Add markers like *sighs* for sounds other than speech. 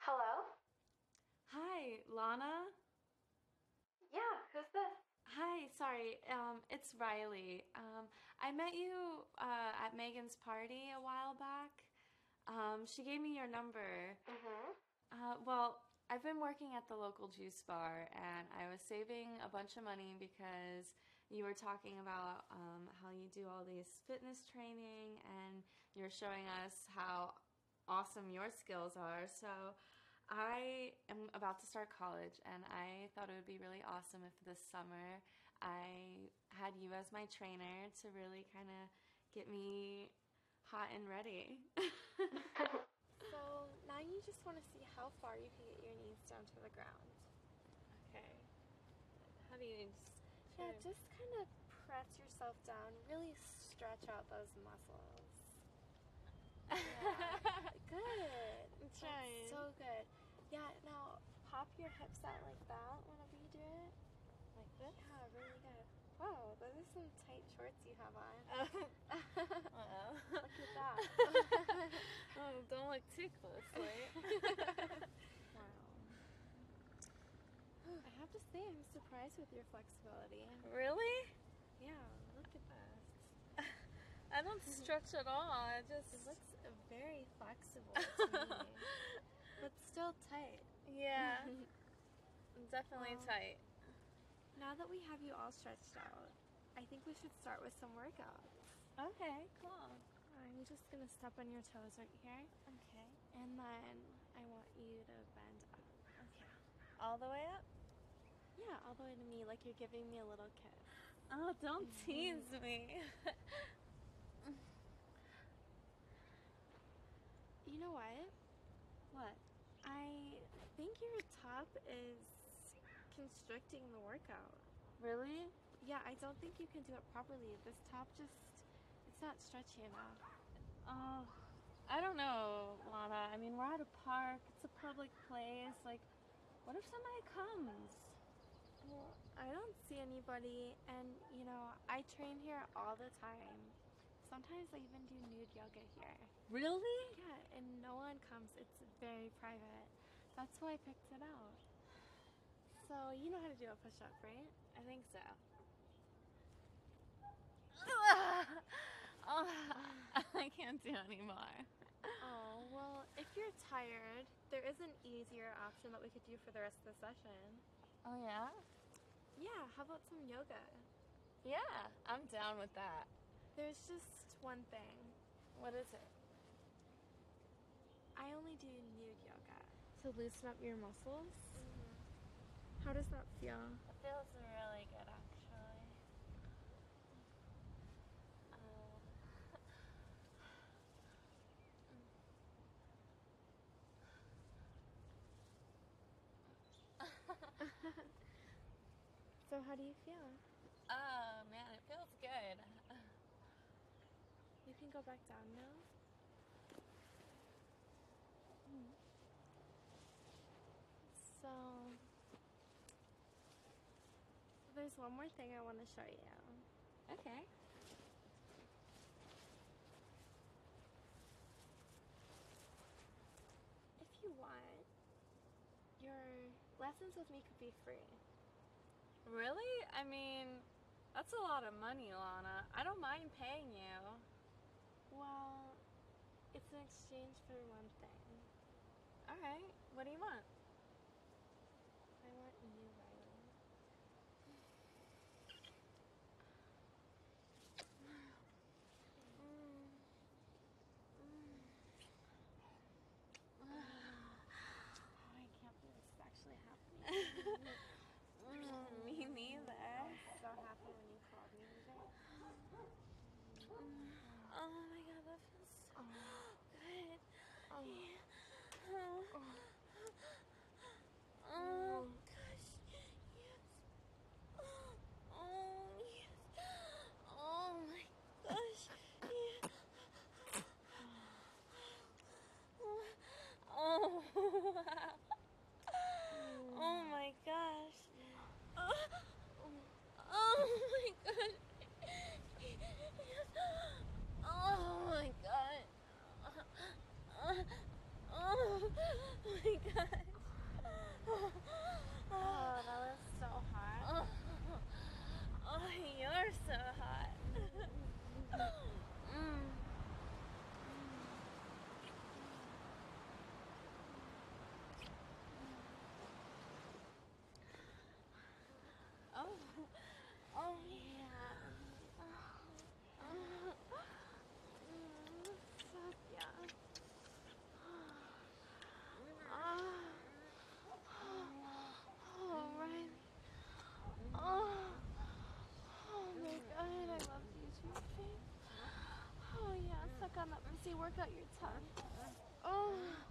Hello? Hi, Lana. Yeah, who's this? Hi, sorry. Um, it's Riley. Um, I met you uh, at Megan's party a while back. Um, she gave me your number. Mm-hmm. Uh, well, I've been working at the local juice bar, and I was saving a bunch of money because you were talking about um, how you do all these fitness training, and you're showing us how awesome your skills are. So, I am about to start college, and I thought it would be really awesome if this summer I had you as my trainer to really kind of get me hot and ready. *laughs* So now you just want to see how far you can get your knees down to the ground. Okay. How do you just Yeah, just kind of press yourself down, really stretch out those muscles. *laughs* Yeah. good. I'm That's trying. so good. Yeah, now pop your hips out like that whenever you do it. like *laughs* this? Yeah, really good. Wow, those are some tight shorts you have on. Uh oh. *laughs* Look at that. oh, don't look too closely. *laughs* wow. *sighs* I have to say, I'm surprised with your flexibility. Really? Yeah, look at this. I don't stretch at all. I It just. looks very flexible *laughs* to me, but still tight. *laughs* yeah. Definitely Wow. tight. Now that we have you all stretched out, I think we should start with some workouts. Okay, cool. I'm just gonna step on your toes right here, Okay. and then I want you to bend up. Okay. All the way up? Yeah, all the way to me, like you're giving me a little kiss. Oh, don't tease me. You know what? what? I think your top is constricting the workout. Really? Yeah, I don't think you can do it properly. This top just, it's not stretchy enough. Oh, I don't know, Lana. I mean, we're at a park. It's a public place. Like, what if somebody *laughs* comes? Well, I don't see anybody, and you know, I train here all the time. Sometimes I even do nude yoga here. Really? Yeah, and no one comes. It's very private. That's why I picked it out. So, you know how to do a push up, right? I think so. oh, *laughs* I can't do anymore. Oh, well, if you're tired, there is an easier option that we could do for the rest of the session. Oh, yeah? Yeah, how about some yoga? Yeah, I'm down with that. There's just one thing What is it? I only do nude yoga. To loosen up your muscles? How does that *laughs* feel? It feels really good, actually. Um, So, how do you feel? Oh man, it feels good. You can go back down now. Hmm. So, there's one more thing I want to show you. Okay. If you want, your lessons with me could be free. Really? I mean, that's a lot of money, Lana. I don't mind paying you. Well, it's an exchange for one thing. All right. What do you want? I want you, Riley. Oh, *sighs* I can't believe this is actually happening. *laughs* Mm. *laughs* me neither. I'm so happy when you called me today. Oh my god, that feels so Oh. good. *gasps* *laughs* Oh. Oh. gosh, yes. Oh yes. Oh my gosh. Yes. Oh wow. *sighs* Oh my gosh. Oh, oh my gosh. Oh my god. Oh my Uh, Oh, are Oh, so hot. Mm. Oh. Oh yeah. Mm, Fuck yeah. Ah. *gasps* Oh, Riley. Oh. oh my god, I love you, Juicy. Oh yeah, suck on that pussy, work out your tongue. Oh. Ah. *gasps* Oh, Oh, Oh.